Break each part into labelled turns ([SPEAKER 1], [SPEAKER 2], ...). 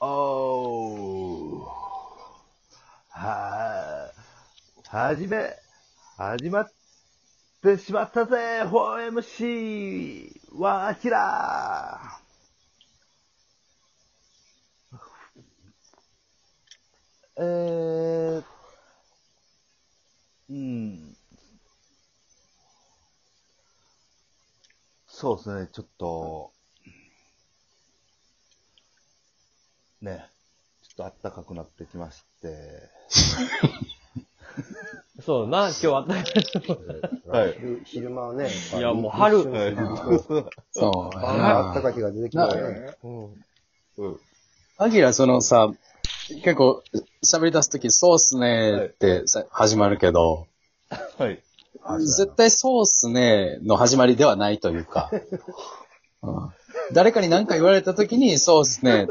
[SPEAKER 1] おー。はー、はじめ、始まってしまったぜ、4MC! わーきらーえー、うん。そうですね、ちょっと、ね、ちょっと暖かくなってきまして、
[SPEAKER 2] そうだな、今日あった。
[SPEAKER 1] はい
[SPEAKER 3] 昼昼間はね。
[SPEAKER 2] いやもう春
[SPEAKER 3] 一瞬
[SPEAKER 4] そうや
[SPEAKER 3] あった
[SPEAKER 4] な。
[SPEAKER 3] かきが出てきたね。
[SPEAKER 1] うん。
[SPEAKER 4] アキラ、そのさ、結構喋り出すとき、そうっすねってさ始まるけど、
[SPEAKER 1] はい。
[SPEAKER 4] 絶対そうっすねの始まりではないという か、うん誰かに何か言われたときに、そうっす ね、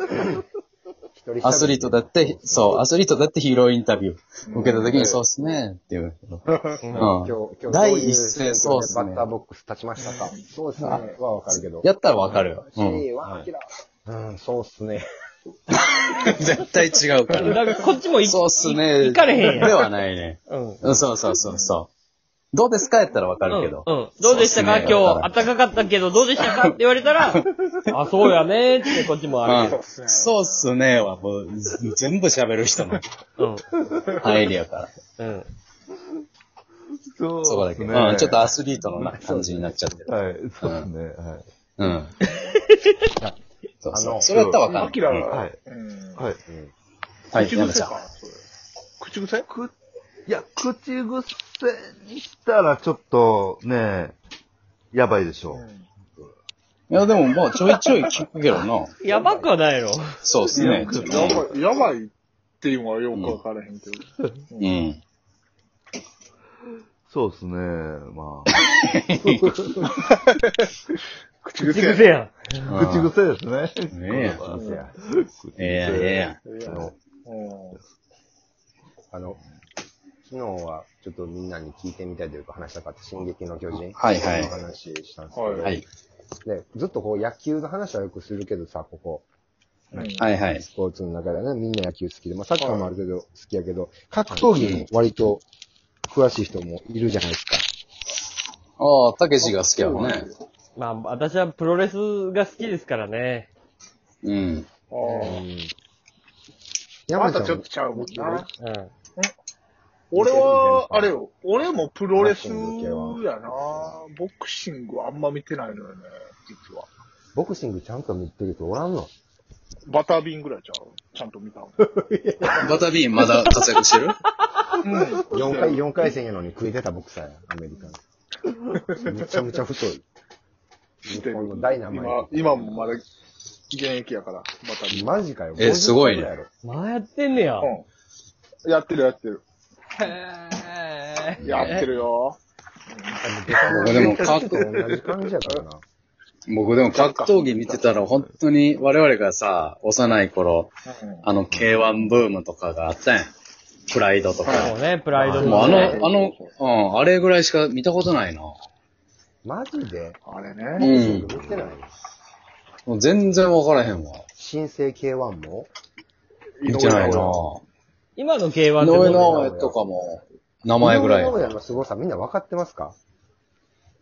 [SPEAKER 3] 一人一人
[SPEAKER 4] アスリートだって、そう、アスリートだってヒーローインタビュー受けたときに、そうっすねって いう。う
[SPEAKER 3] 今
[SPEAKER 4] ん
[SPEAKER 3] 日、今日
[SPEAKER 4] 第
[SPEAKER 3] どういう
[SPEAKER 4] 一声そうっすね
[SPEAKER 3] バッターボックス立ちましたか。そうですね。はわかるけど。
[SPEAKER 4] やったらわかるよ。うん
[SPEAKER 3] はうん、そうっすね。
[SPEAKER 4] 絶対違うから。
[SPEAKER 2] だからこっちも行
[SPEAKER 4] そうっすね。
[SPEAKER 2] 行かれへんやん。
[SPEAKER 4] ではないね。
[SPEAKER 2] うん。
[SPEAKER 4] うんそうそうそうそう。どうですかやったらわかるけど。
[SPEAKER 2] うん。うんどうでしたか、
[SPEAKER 4] そうっすね
[SPEAKER 2] 今日、暖かかったけど、どうでしたかって言われた ら、あ、そうやねーってこっちもあるけ
[SPEAKER 4] うんそうっすねはもうず全部喋る人の
[SPEAKER 2] ど。
[SPEAKER 4] 入りやか
[SPEAKER 2] うん。
[SPEAKER 4] ら。
[SPEAKER 2] うん。
[SPEAKER 1] そう
[SPEAKER 4] そこだけ。うん、ちょっとアスリートのな感じになっちゃってる。
[SPEAKER 1] はい、そうですね。はい。
[SPEAKER 4] うん。そう
[SPEAKER 3] あ
[SPEAKER 4] そ
[SPEAKER 3] の
[SPEAKER 4] う。それやったらわかんない。
[SPEAKER 5] アキラ、
[SPEAKER 4] うん
[SPEAKER 1] はい
[SPEAKER 5] うん
[SPEAKER 1] はい。
[SPEAKER 4] はい、
[SPEAKER 5] 口
[SPEAKER 4] 山ち
[SPEAKER 5] 癖
[SPEAKER 4] ゃん。
[SPEAKER 5] か。それ口癖
[SPEAKER 1] く、いや、口癖にしたらちょっとね、やばいでしょ
[SPEAKER 4] いや、でももうちょいちょい聞くけどな。
[SPEAKER 2] やばくはないやろ。
[SPEAKER 4] そうっすね。
[SPEAKER 5] やばい、やばいっていうのはよくわからへんけど。
[SPEAKER 4] うん。
[SPEAKER 1] そうですね、ま
[SPEAKER 5] 口
[SPEAKER 2] 口
[SPEAKER 5] 癖。
[SPEAKER 2] 癖やん。
[SPEAKER 1] あ。 口癖ですね。
[SPEAKER 4] ね
[SPEAKER 1] 口癖口
[SPEAKER 4] え。ええやんええやん。
[SPEAKER 5] いやうん
[SPEAKER 3] あの、昨日はちょっとみんなに聞いてみたいというか話したかった、進撃の巨人。
[SPEAKER 4] はいはい
[SPEAKER 3] の話したんですけど、
[SPEAKER 5] は
[SPEAKER 4] はい。
[SPEAKER 3] で、ずっとこう野球の話はよくするけどさ、ここ。
[SPEAKER 4] はいはい。
[SPEAKER 3] スポーツの中ではね、みんな野球好きで、まあ、サッカーもある程度好きやけど、格闘技も割と詳しい人もいるじゃないですか。
[SPEAKER 4] ああ、たけしが好きやもんね。
[SPEAKER 2] まあ、私はプロレスが好きですからね。
[SPEAKER 4] うん。
[SPEAKER 5] ああ。
[SPEAKER 3] 山
[SPEAKER 5] ま
[SPEAKER 3] ちゃ
[SPEAKER 5] た
[SPEAKER 3] ん
[SPEAKER 5] ちょっとちゃうもんな。
[SPEAKER 2] うん。
[SPEAKER 5] 俺は、あれよ、俺もプロレスやな。ボクシングあんま見てないのよね、実は。
[SPEAKER 3] ボクシングちゃんと見てる人おらんの
[SPEAKER 5] バタービンぐらいちゃうちゃんと見たの。
[SPEAKER 4] バタビーンまだ活躍してる
[SPEAKER 5] うん。
[SPEAKER 3] ?4 回、4回戦やのに食い出たボクサーや、アメリカの。 めちゃめちゃ太い。
[SPEAKER 5] し
[SPEAKER 3] 日
[SPEAKER 5] てる
[SPEAKER 3] 本のダイナマイ
[SPEAKER 5] 今、今もまだ現役やから、バタービ
[SPEAKER 3] ト。
[SPEAKER 5] ン。
[SPEAKER 3] マジかよ。
[SPEAKER 4] えすごい
[SPEAKER 3] 50
[SPEAKER 4] ね
[SPEAKER 3] ぐらやろ
[SPEAKER 2] まあやってんねや。
[SPEAKER 5] うん。やってるやってる。
[SPEAKER 2] へー
[SPEAKER 5] やってるよ。
[SPEAKER 4] 僕でも格
[SPEAKER 3] と同じ感じやからな。
[SPEAKER 4] 僕でも格闘技見てたら本当に我々がさ、幼い頃、
[SPEAKER 5] うん
[SPEAKER 4] あの K1 ブームとかがあったやん。プライド
[SPEAKER 2] そ
[SPEAKER 4] と
[SPEAKER 2] う
[SPEAKER 4] か。
[SPEAKER 2] ね、プライド
[SPEAKER 4] もうあ
[SPEAKER 2] ね
[SPEAKER 4] の、あの、うん、あれぐらいしか見たことないな。
[SPEAKER 3] マジで
[SPEAKER 5] あれ
[SPEAKER 4] う
[SPEAKER 5] ね。
[SPEAKER 4] ん。
[SPEAKER 3] 見てない
[SPEAKER 4] もう全然わからへんわ。
[SPEAKER 3] 新生 K1 も
[SPEAKER 4] 見てないな。井
[SPEAKER 2] 今の K1 ってどう
[SPEAKER 4] 上
[SPEAKER 2] なの
[SPEAKER 4] 直哉とかも、名前ぐらいや
[SPEAKER 3] 井上。尚弥の凄さみんな分かってますか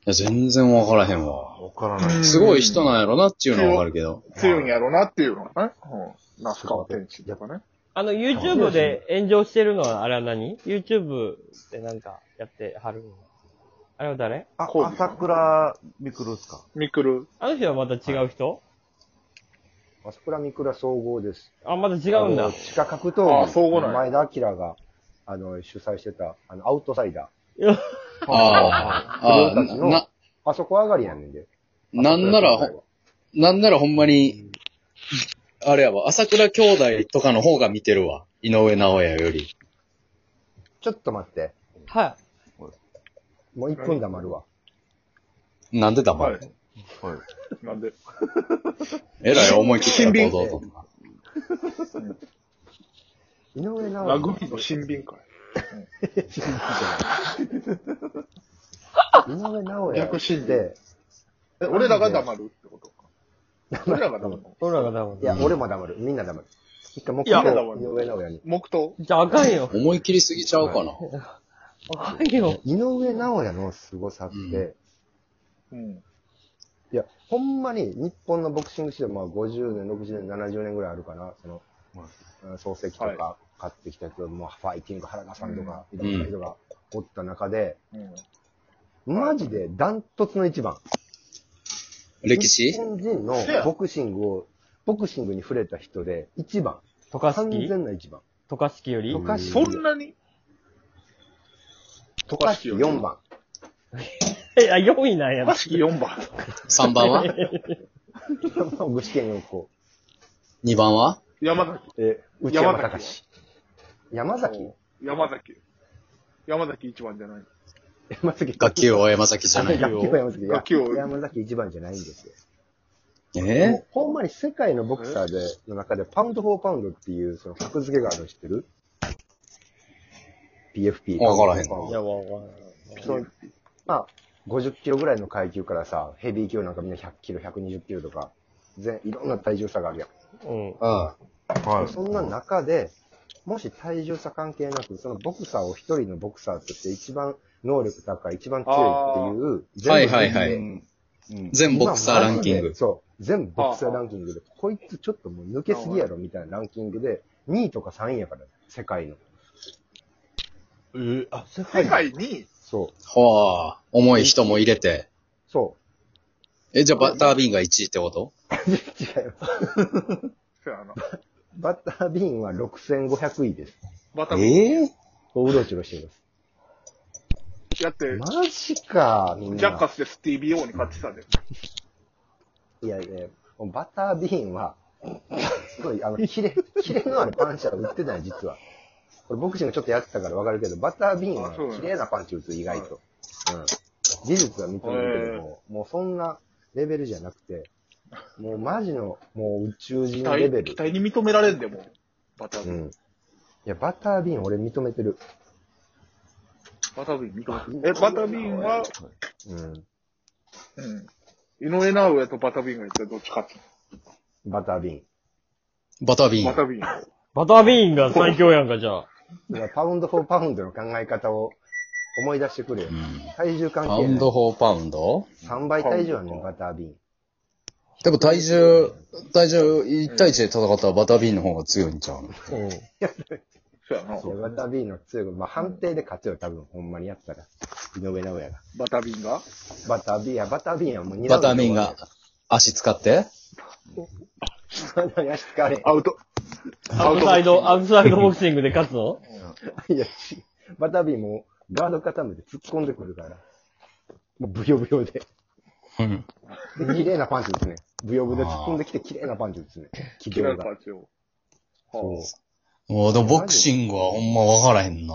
[SPEAKER 4] いや、全然わからへんわ。
[SPEAKER 1] わからない。
[SPEAKER 4] すごい人なんやろなっていうのはわかるけど。
[SPEAKER 5] 強いんやろなっていうのはね。うん。ナスカワ天地とかね。
[SPEAKER 2] あの、YouTube で炎上してるのは、あれは何 ?YouTube でなんかやってはるのあれは誰
[SPEAKER 1] あ、 朝倉みくるっすか
[SPEAKER 5] ミクル。
[SPEAKER 2] あの人はまた違う人、
[SPEAKER 3] 朝倉未来総合です。
[SPEAKER 2] あ、また違うん
[SPEAKER 3] あ
[SPEAKER 2] だ
[SPEAKER 3] の。地下格
[SPEAKER 5] あ総
[SPEAKER 3] 闘
[SPEAKER 5] 合
[SPEAKER 3] 技、
[SPEAKER 5] なん
[SPEAKER 3] 前田明が、あの、主催してた、あの、アウトサイダー。
[SPEAKER 4] ああ、あ
[SPEAKER 3] 自
[SPEAKER 4] あ、
[SPEAKER 3] 分たちの
[SPEAKER 4] な、
[SPEAKER 3] あそこ上がりやねんで。
[SPEAKER 4] なんなら、ほなんならほんまに、あれやわ、朝倉兄弟とかの方が見てるわ。井上直弥より。
[SPEAKER 3] ちょっと待って。
[SPEAKER 2] は
[SPEAKER 3] もう1分黙るわ。
[SPEAKER 4] なんで黙
[SPEAKER 5] はい
[SPEAKER 4] る、。
[SPEAKER 1] はい。
[SPEAKER 5] なんで。
[SPEAKER 4] えらい思い切った
[SPEAKER 5] 新
[SPEAKER 4] 行
[SPEAKER 5] 品
[SPEAKER 4] 動とか。
[SPEAKER 3] 井上尚
[SPEAKER 5] ラ
[SPEAKER 3] 弥
[SPEAKER 5] グビーの新品か。
[SPEAKER 3] 井上尚弥
[SPEAKER 5] 逆進
[SPEAKER 3] で、
[SPEAKER 5] え俺らが黙るってことか。俺らが黙るの。
[SPEAKER 2] い。俺らが多
[SPEAKER 3] い
[SPEAKER 2] 分。
[SPEAKER 3] や、俺も黙る。みんな黙る。一回もう
[SPEAKER 5] いや
[SPEAKER 3] 一回、上直哉に。
[SPEAKER 5] 黙祷
[SPEAKER 2] じゃああかんよ。
[SPEAKER 4] 思い切りすぎちゃうかな。
[SPEAKER 2] あかんよ。
[SPEAKER 3] 井上直哉の凄さって、
[SPEAKER 4] うん
[SPEAKER 5] うん。
[SPEAKER 3] いや、ほんまに日本のボクシング史でまあ50年、60年、70年ぐらいあるかな、その、うん漱石とか買ってきた人、もうファイティング原田さんとか、いろんな人が起こった中で、
[SPEAKER 5] うん。
[SPEAKER 3] マジでダントツの一番。
[SPEAKER 4] 歴史
[SPEAKER 3] 日本人のボクシングを、ボクシングに触れた人で一番。
[SPEAKER 2] 渡嘉
[SPEAKER 3] 完
[SPEAKER 2] 敷
[SPEAKER 3] 全な一番。
[SPEAKER 2] 渡嘉敷より
[SPEAKER 3] 渡嘉敷
[SPEAKER 5] そんなに
[SPEAKER 3] 渡嘉敷4番。
[SPEAKER 2] え、あ、4位なんやな
[SPEAKER 5] 渡。式4番。
[SPEAKER 4] ?3 番 は
[SPEAKER 3] 具志堅用高。
[SPEAKER 4] ?2 番は
[SPEAKER 5] 山崎。
[SPEAKER 3] え、内山隆。山崎
[SPEAKER 5] 山崎。山崎一番じゃない。
[SPEAKER 3] 山崎
[SPEAKER 4] 学級は山崎じゃな
[SPEAKER 3] 山
[SPEAKER 4] い。
[SPEAKER 3] 崎は山崎。いや
[SPEAKER 5] 学級王
[SPEAKER 3] 山崎一番じゃないんですよ。
[SPEAKER 4] え
[SPEAKER 3] も
[SPEAKER 4] ー
[SPEAKER 3] うほんまに世界のボクサーで、の中で、パウンド・フォー・パウンドっていう、その格付けがあるの知ってる ?PFP。
[SPEAKER 4] わからへん
[SPEAKER 2] いや、わかんない。
[SPEAKER 3] そうまあ、50キロぐらいの階級からさ、ヘビー級なんかみんな100キロ、120キロとか、全、いろんな体重差があるやん。
[SPEAKER 2] うん。
[SPEAKER 6] はい。
[SPEAKER 3] そんな中で、もし体重差関係なく、そのボクサーを一人のボクサーとして一番能力高い、一番強いっていう、全
[SPEAKER 4] はいはいは
[SPEAKER 6] う
[SPEAKER 4] い
[SPEAKER 6] ん。うん。
[SPEAKER 4] 全ボクサーランキン
[SPEAKER 3] 今マ
[SPEAKER 4] グ
[SPEAKER 3] ジで。そう。全ボクサーランキングで、こいつちょっともう抜けすぎやろみたいなランキングで、2位とか3位やから、世界の。
[SPEAKER 6] えー、あ、世
[SPEAKER 5] 世界に、
[SPEAKER 3] そう。
[SPEAKER 4] はあ、重い人も入れて。
[SPEAKER 3] そ
[SPEAKER 4] え、じゃあバッタービーンが1位ってこと
[SPEAKER 3] う。違います。
[SPEAKER 5] そやな。
[SPEAKER 3] バッタービーンは6500位です。
[SPEAKER 5] また、
[SPEAKER 4] ええ
[SPEAKER 3] うろちょろしてます。
[SPEAKER 5] やって、
[SPEAKER 3] マジか、みんな。
[SPEAKER 5] ジャッカスでスティービー・オーに勝ってたで。
[SPEAKER 3] いやいや、もうバタービーンは、すごい、あの、キレ、キレのあるパンチは打ってない、実は。これ、ボクシングちょっとやってたからわかるけど、バタービーンは
[SPEAKER 5] あそうなんだ
[SPEAKER 3] 綺麗なパンチ打つ、意外と。うん。技術は認めるけども、もうそんなレベルじゃなくて、もうマジの、もう宇宙
[SPEAKER 5] 期
[SPEAKER 3] 人レベ
[SPEAKER 5] 待、
[SPEAKER 3] ル
[SPEAKER 5] 期。待に認められんでも、バター
[SPEAKER 3] う
[SPEAKER 5] ビン。
[SPEAKER 3] ん。いや、バタービーン俺認めてる。
[SPEAKER 5] バタービン認めてる。え、バタービンは、
[SPEAKER 3] うん。
[SPEAKER 5] うん。井上尚弥とバタービンが一体どっち勝つ
[SPEAKER 3] バタービーン。
[SPEAKER 4] バタービ
[SPEAKER 5] の
[SPEAKER 4] ー
[SPEAKER 5] バタ
[SPEAKER 4] ン。
[SPEAKER 5] ービン。
[SPEAKER 2] バタービーンが最強やんか、じゃあ。
[SPEAKER 3] だからパウンド・フォー・パウンドの考え方を思い出してくれよ。体重関
[SPEAKER 4] パ
[SPEAKER 3] 係
[SPEAKER 4] ウン
[SPEAKER 3] ない
[SPEAKER 4] ド。4パウンド
[SPEAKER 3] 3倍体重あんねん、バタービーン。
[SPEAKER 4] でも体重、体重1対1で戦ったらバタービーンの方が強いんちゃうの
[SPEAKER 2] うん。
[SPEAKER 5] そうやな。
[SPEAKER 3] いやバタービーンの強い、まあ、判定で勝つよ、多分、ほんまにやったら。井上尚弥が。
[SPEAKER 5] バタービンが
[SPEAKER 3] バタービーンや、バタービーンはもう2
[SPEAKER 4] バタービーンが。足使って
[SPEAKER 3] まだやしかれ。
[SPEAKER 5] アウト。
[SPEAKER 2] アウトサイド、アウトサイドボクシングで勝つの
[SPEAKER 3] いや、しバタービーンもガード固めて突っ込んでくるから。もうブヨブヨで。
[SPEAKER 4] うん。
[SPEAKER 3] で綺麗なパンチですね。ブヨブヨで突っ込んできて綺麗なパンチですね。軌
[SPEAKER 5] キラ
[SPEAKER 3] 道
[SPEAKER 5] ー
[SPEAKER 3] が
[SPEAKER 5] パ。ーチを。
[SPEAKER 3] そう
[SPEAKER 4] もうでもボクシングはほんまわからへんな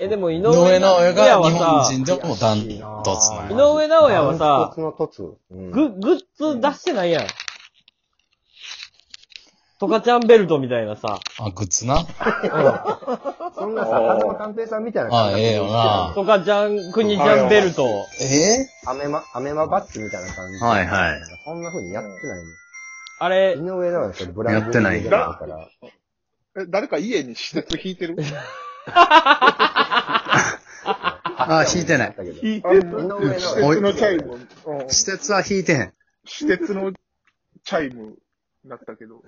[SPEAKER 2] え、でも井
[SPEAKER 4] 井
[SPEAKER 2] 上
[SPEAKER 4] 上直弥が日本
[SPEAKER 2] はさ、
[SPEAKER 4] 人でもダントツなん
[SPEAKER 2] 井
[SPEAKER 4] や
[SPEAKER 2] 上尚弥は
[SPEAKER 3] 断
[SPEAKER 2] さ
[SPEAKER 3] トツ、のトツ。うん
[SPEAKER 2] ググッズ出してないやん。トカちゃんベルトみたいなさ、
[SPEAKER 4] あ、グッズな。
[SPEAKER 3] そんなさ、
[SPEAKER 5] あー
[SPEAKER 3] 花間寛平さんみたいな
[SPEAKER 4] あええよな
[SPEAKER 2] トカちゃん、クニちゃんベルト、
[SPEAKER 4] え
[SPEAKER 3] アメマ、アメマバッツみたいな感じ。
[SPEAKER 4] はいはい。
[SPEAKER 3] そんな風にやってないの。
[SPEAKER 2] あれ
[SPEAKER 3] 井、上尚弥それブランド
[SPEAKER 4] やってない
[SPEAKER 3] ブランドから。
[SPEAKER 5] え、誰か家に施設引いてる
[SPEAKER 4] あ引いてない
[SPEAKER 5] 引い
[SPEAKER 3] あ井上
[SPEAKER 5] 施
[SPEAKER 3] 尚弥
[SPEAKER 5] 設のチャイム。うん
[SPEAKER 4] 施設は引いてへん。
[SPEAKER 5] 施設のチャイムだったけど。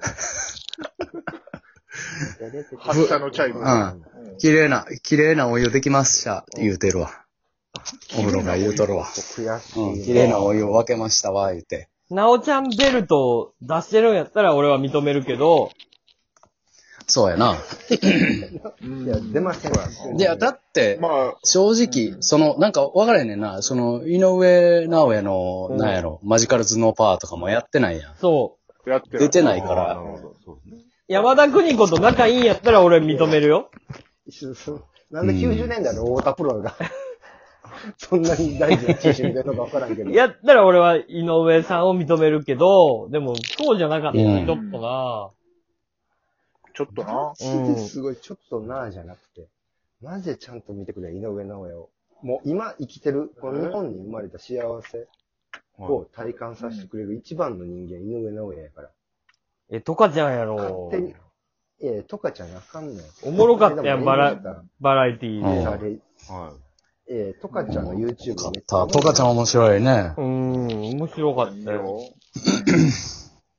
[SPEAKER 5] 発射のチャイム。
[SPEAKER 4] うん
[SPEAKER 5] うん
[SPEAKER 4] 綺麗な、綺麗なお湯できました、言うてるわ。お風呂が言うとるわ。
[SPEAKER 3] 悔し
[SPEAKER 4] うん、
[SPEAKER 3] い。
[SPEAKER 4] 綺麗なお湯を分けましたわ、言うて。
[SPEAKER 2] ナオちゃんベルトを出してるんやったら俺は認めるけど、
[SPEAKER 4] そうやな。
[SPEAKER 3] いや、出ませんわ。
[SPEAKER 4] いや、だって、
[SPEAKER 5] まあ、
[SPEAKER 4] 正直、その、なんか分からへんねんな。その、井上直弥の、なんやろ、マジカル頭脳パワーとかもやってないやん。
[SPEAKER 2] そう。
[SPEAKER 5] やってる
[SPEAKER 4] 出てないか
[SPEAKER 6] あな
[SPEAKER 4] ら。
[SPEAKER 6] るほど。そうですね。
[SPEAKER 2] 山田邦子と仲いいんやったら俺認めるよ。
[SPEAKER 3] 一緒そうなんで90年代の大田プロが、 そんなに大事な中心でのかわからんけど。
[SPEAKER 2] やったら俺は井上さんを認めるけど、でもそうじゃなかった、
[SPEAKER 4] うん
[SPEAKER 2] ちょっとな
[SPEAKER 5] ちょっとな。
[SPEAKER 3] すごい、ちょっとなあじゃなくて、マジでちゃんと見てくれ、井上尚弥を。もう今生きてる、この日本に生まれた幸せを体感させてくれる一番の人間、井上尚弥やから。
[SPEAKER 2] え、トカちゃんや
[SPEAKER 3] 勝
[SPEAKER 2] ろ
[SPEAKER 3] 手に、ええ、トカちゃんあかんねん。
[SPEAKER 2] おもろかったやん
[SPEAKER 3] でも
[SPEAKER 2] バラ
[SPEAKER 3] 遠慮してた
[SPEAKER 2] バラエティ
[SPEAKER 4] うん
[SPEAKER 2] ー
[SPEAKER 3] あ
[SPEAKER 2] で。
[SPEAKER 3] れ、
[SPEAKER 6] は
[SPEAKER 3] ええ、トカちゃんの YouTube
[SPEAKER 4] かっ
[SPEAKER 3] めっちゃ
[SPEAKER 4] た。トカちゃん面白いね。だか
[SPEAKER 2] うーん、面白かったよ。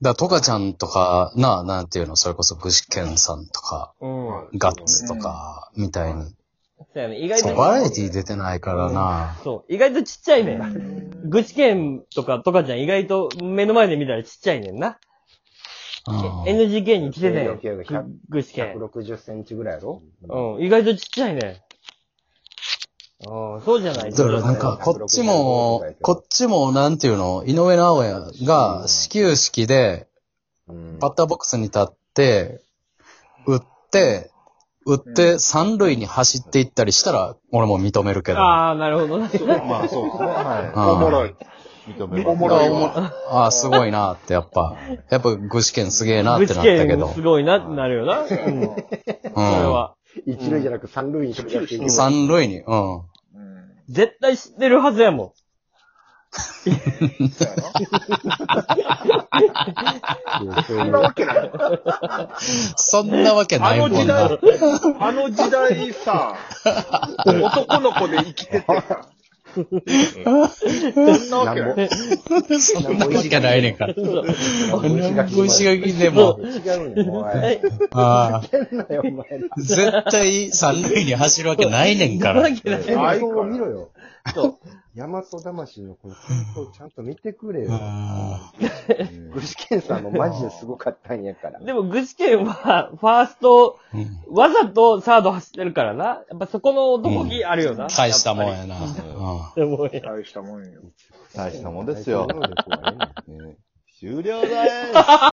[SPEAKER 4] らトカちゃんとか、な、なんていうの、それこそ具志堅さんとか、
[SPEAKER 2] うん。
[SPEAKER 6] は
[SPEAKER 4] ガッツとか、みたいに。
[SPEAKER 2] そうやね。意外
[SPEAKER 4] そう、バラエ
[SPEAKER 2] と、
[SPEAKER 4] ティ出てないからな。
[SPEAKER 2] そう、意外とちっちゃいねん。具志堅とかトカちゃん意外と目の前で見たらちっちゃいねんな。
[SPEAKER 4] うん
[SPEAKER 2] NGK に来てね
[SPEAKER 3] 計量計が100
[SPEAKER 2] ん。具志堅。
[SPEAKER 3] 160センチぐらいやろ
[SPEAKER 2] うん、意外とちっちゃいねん。うん、そうじゃない
[SPEAKER 4] だからなんか、こっちも、こっちも、なんていうの、井上直弥が始球式で、
[SPEAKER 3] うん。
[SPEAKER 4] バッターボックスに立って、打って、打って三塁に走っていったりしたら、俺も認めるけど。
[SPEAKER 2] あ
[SPEAKER 4] あ
[SPEAKER 2] あ、なるほどね。
[SPEAKER 6] い。まあ、そうですね。は
[SPEAKER 5] おもろい。
[SPEAKER 6] い。認めます。
[SPEAKER 5] おもろいわ。
[SPEAKER 4] あー、すごいなって、やっぱ。やっぱ、具志堅すげえなっ
[SPEAKER 2] 具
[SPEAKER 4] て
[SPEAKER 2] 志
[SPEAKER 4] なったけ
[SPEAKER 2] 堅
[SPEAKER 4] ど
[SPEAKER 2] も。すごいなってなるよな。うん。それ
[SPEAKER 4] う
[SPEAKER 2] は。
[SPEAKER 3] 一塁じゃなく三塁にしかやっていけ
[SPEAKER 4] ん。三塁に、うん。
[SPEAKER 5] うん。
[SPEAKER 2] 絶対知ってるはずやも
[SPEAKER 5] そうやろ
[SPEAKER 3] な
[SPEAKER 5] そ
[SPEAKER 3] い
[SPEAKER 5] んなわけないよ。
[SPEAKER 4] そんなわけな
[SPEAKER 5] あ
[SPEAKER 4] いも
[SPEAKER 5] の
[SPEAKER 4] ん
[SPEAKER 5] 時
[SPEAKER 4] な。
[SPEAKER 5] 代、あの時代さ、男の子で生きててさ、そんなわけない。
[SPEAKER 4] そんなわけないねんから。
[SPEAKER 3] なんぼ
[SPEAKER 4] 石
[SPEAKER 3] 石
[SPEAKER 4] 垣で
[SPEAKER 3] も
[SPEAKER 4] も
[SPEAKER 3] う、違うんや、もう。
[SPEAKER 2] ん。え、
[SPEAKER 4] ああ、
[SPEAKER 3] 変なよ、お前ら。
[SPEAKER 4] 絶対三塁に走るわけないねんから。
[SPEAKER 3] 戦争を見ろよ。
[SPEAKER 2] そう。
[SPEAKER 3] 大和魂のこの戦争をちゃんと見てくれよ。
[SPEAKER 4] あ
[SPEAKER 3] 具志堅さんもマジですごかったんやから。
[SPEAKER 2] でも具志堅は、ファースト、
[SPEAKER 4] ーうん
[SPEAKER 2] わざとサード走ってるからな。やっぱそこの男気あるよな。
[SPEAKER 4] 大したもん
[SPEAKER 2] っ
[SPEAKER 4] やな。うん
[SPEAKER 2] ぱり。もうや
[SPEAKER 5] 大したもんよ。
[SPEAKER 6] 大したもんですよ
[SPEAKER 3] 大。統領力はええねん
[SPEAKER 6] ね終了です